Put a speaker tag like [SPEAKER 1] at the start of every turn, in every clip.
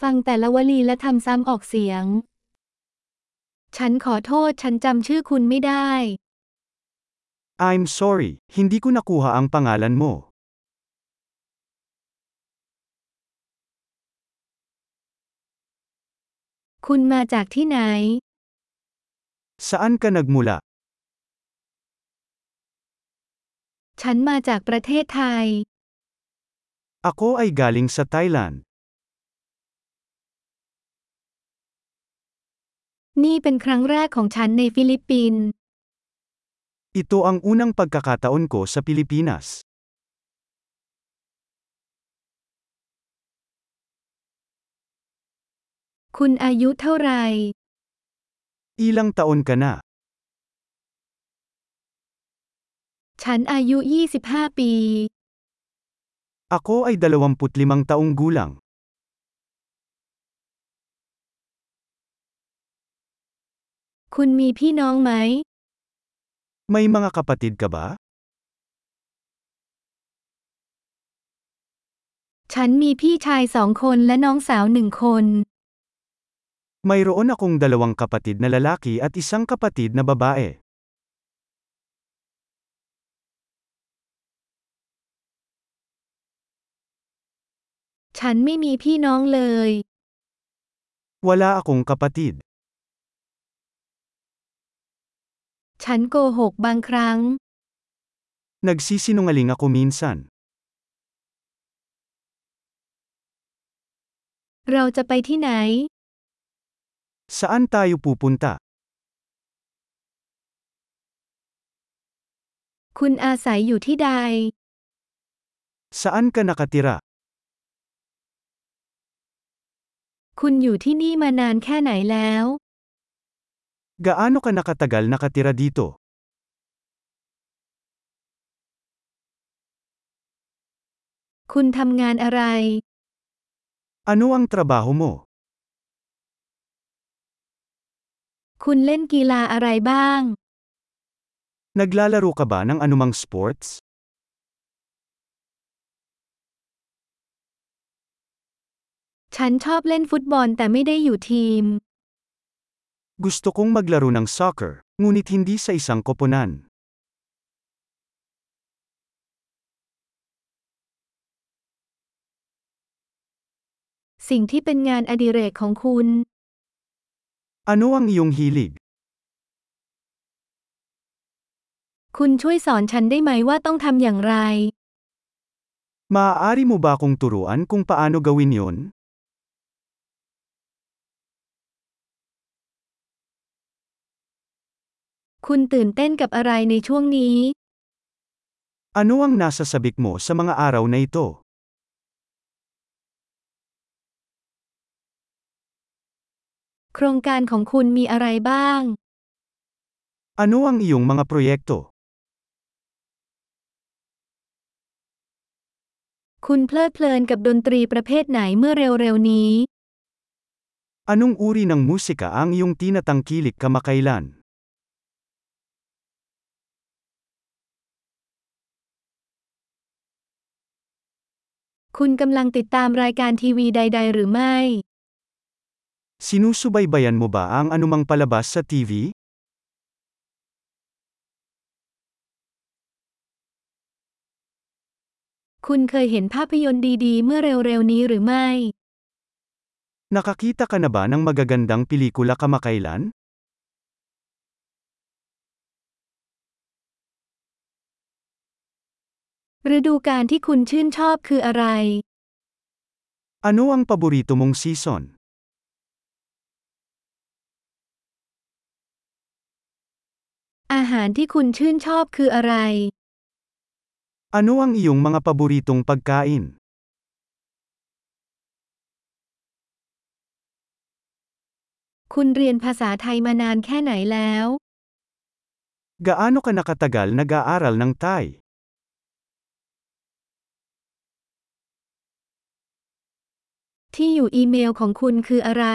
[SPEAKER 1] ฟังแต่ละวลีและทำซ้ำออกเสียง ฉันขอโทษฉันจำชื่อคุณไม่ได้
[SPEAKER 2] I'm sorry, hindi ko nakuha ang pangalan mo.
[SPEAKER 1] คุณมาจากที่ไหน
[SPEAKER 2] Saan ka nagmula?
[SPEAKER 1] ฉันมาจากประเทศไทย
[SPEAKER 2] Ako ay galing sa Thailand.
[SPEAKER 1] นี่เป็นครั้งแรกของฉันในฟิลิปปินส์
[SPEAKER 2] Ito ang unang pagkakataon ko sa Pilipinas.
[SPEAKER 1] คุณอายุเท่าไหร่
[SPEAKER 2] Ilang taon ka na?
[SPEAKER 1] ฉันอายุ 25 ปี
[SPEAKER 2] Ako ay 25 taong gulang.
[SPEAKER 1] คุณมีพี่น้องไหม
[SPEAKER 2] May mga kapatid ka ba?
[SPEAKER 1] ฉันมีพี่ชายสองคนและน้องสาวหนึ่งคน
[SPEAKER 2] Mayroon akong dalawang kapatid na lalaki at isang kapatid na babae.
[SPEAKER 1] ฉันไม่มีพี่น้องเลย
[SPEAKER 2] Wala akong kapatid.
[SPEAKER 1] ฉันโกหกบางครั้ง
[SPEAKER 2] Nagsisinungaling ako minsan.
[SPEAKER 1] เราจะไปที่ไหน
[SPEAKER 2] Saan tayo pupunta?
[SPEAKER 1] คุณอาศัยอยู่ที่ใด
[SPEAKER 2] Saan ka nakatira?
[SPEAKER 1] คุณอยู่ที่นี่มานานแค่ไหนแล้ว
[SPEAKER 2] Gaano ka nakatagal nakatira dito?
[SPEAKER 1] คุณทำงานอะไร
[SPEAKER 2] Ano ang trabaho mo?
[SPEAKER 1] คุณเล่นกีฬาอะไรบ้าง
[SPEAKER 2] Naglalaro ka ba ng anumang sports?
[SPEAKER 1] ฉันชอบเล่นฟุตบอลแต่ไม่ได้อยู่ทีม
[SPEAKER 2] Gusto kong maglaro ng soccer, ngunit hindi sa isang koponan.
[SPEAKER 1] สิ่งที่เป็นงานอดิเรกของคุณ
[SPEAKER 2] Ano ang iyong hilig?
[SPEAKER 1] คุณช่วยสอนฉันได้ไหมว่าต้องทำอย่างไร
[SPEAKER 2] Maaari mo ba akong turuan kung paano gawin yon?
[SPEAKER 1] คุณตื่นเต้นกับอะไรในช่วงนี้
[SPEAKER 2] Ano ang nasa sabik mo sa mga araw na ito?
[SPEAKER 1] โครงการของคุณมีอะไรบ้าง
[SPEAKER 2] Ano ang iyong mga proyekto?
[SPEAKER 1] คุณเพลิดเพลินกับดนตรีประเภทไหนเมื่อเร็วๆนี้
[SPEAKER 2] Anong uri ng musika ang iyong tinatangkilik kamakailan?
[SPEAKER 1] คุณกำลังติดตามรายการทีวีใด ๆ หรือไม่
[SPEAKER 2] Sinusubaybayan mo ba ang anumang palabas sa TV?
[SPEAKER 1] คุณเคยเห็นภาพยนตร์ดีๆ เมื่อเร็วๆนี้หรือไม่
[SPEAKER 2] Nakakita ka na ba ng magagandang pelikula kamakailan?
[SPEAKER 1] ฤดูกาลที่คุณชื่นชอบคืออะไร
[SPEAKER 2] Ano ang paborito mong season?
[SPEAKER 1] อาหารที่คุณชื่นชอบคืออะไร
[SPEAKER 2] Ano ang iyong mga paboritong pagkain?
[SPEAKER 1] คุณเรียนภาษาไทยมานานแค่ไหนแล้ว
[SPEAKER 2] Gaano ka nakatagal nag-aaral ng Thai?
[SPEAKER 1] ที่อยู่อีเมลของคุณคืออะไร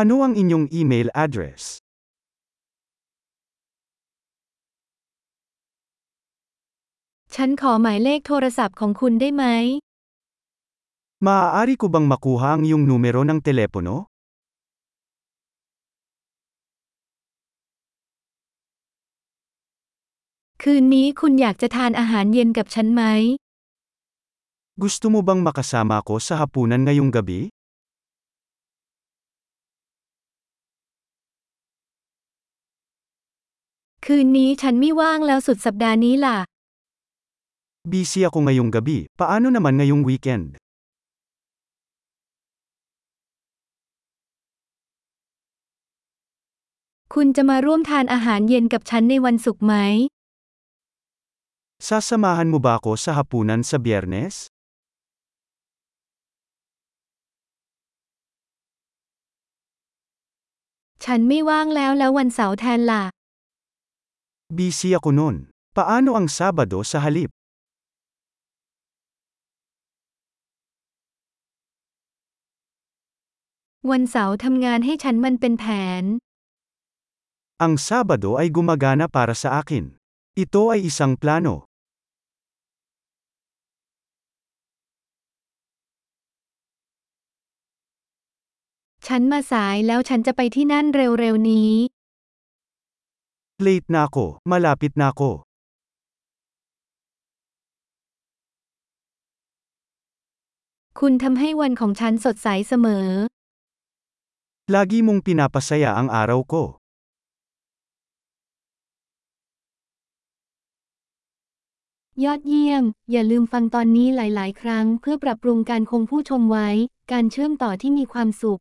[SPEAKER 2] Ano ang inyong email address?
[SPEAKER 1] ฉันขอหมายเลขโทรศัพท์ของคุณได้ไหม
[SPEAKER 2] Maaari ko bang makuha ang iyong numero ng telepono?
[SPEAKER 1] คืนนี้คุณอยากจะทานอาหารเย็นกับฉันไหม
[SPEAKER 2] Gusto mo bang makasama ko sa hapunan ngayong gabi?
[SPEAKER 1] คืนนี้ฉันไม่ว่างแล้วสุดสัปดาห์นี้ล่ะ
[SPEAKER 2] Busy ako ngayong gabi, paano naman ngayong weekend?
[SPEAKER 1] คุณจะมาร่วมทานอาหารเย็นกับฉันในวันศุกร์ไหม
[SPEAKER 2] Sasamahan mo ba ako sa hapunan sa biyernes?
[SPEAKER 1] ฉันไม่ว่างแล้วแล้ววันเสาร์แทนล่ะ
[SPEAKER 2] Busy ako noon. Paano ang Sabado sa halip?
[SPEAKER 1] วันเสาร์ทำงานให้ฉันมันเป็นแผน
[SPEAKER 2] Ang Sabado ay gumagana para sa akin. Ito ay isang plano.
[SPEAKER 1] ฉันมาสายแล้วฉันจะไปที่นั่นเร็วๆนี้
[SPEAKER 2] Late na ako, malapit na ako.
[SPEAKER 1] คุณทำให้วันของฉันสดใสเสมอ
[SPEAKER 2] Lagi mong pinapasaya ang araw ko.
[SPEAKER 1] ยอดเยี่ยม อย่าลืมฟังตอนนี้หลายๆ ครั้ง เพื่อปรับปรุงการคงผู้ชมไว้ การเชื่อมต่อที่มีความสุข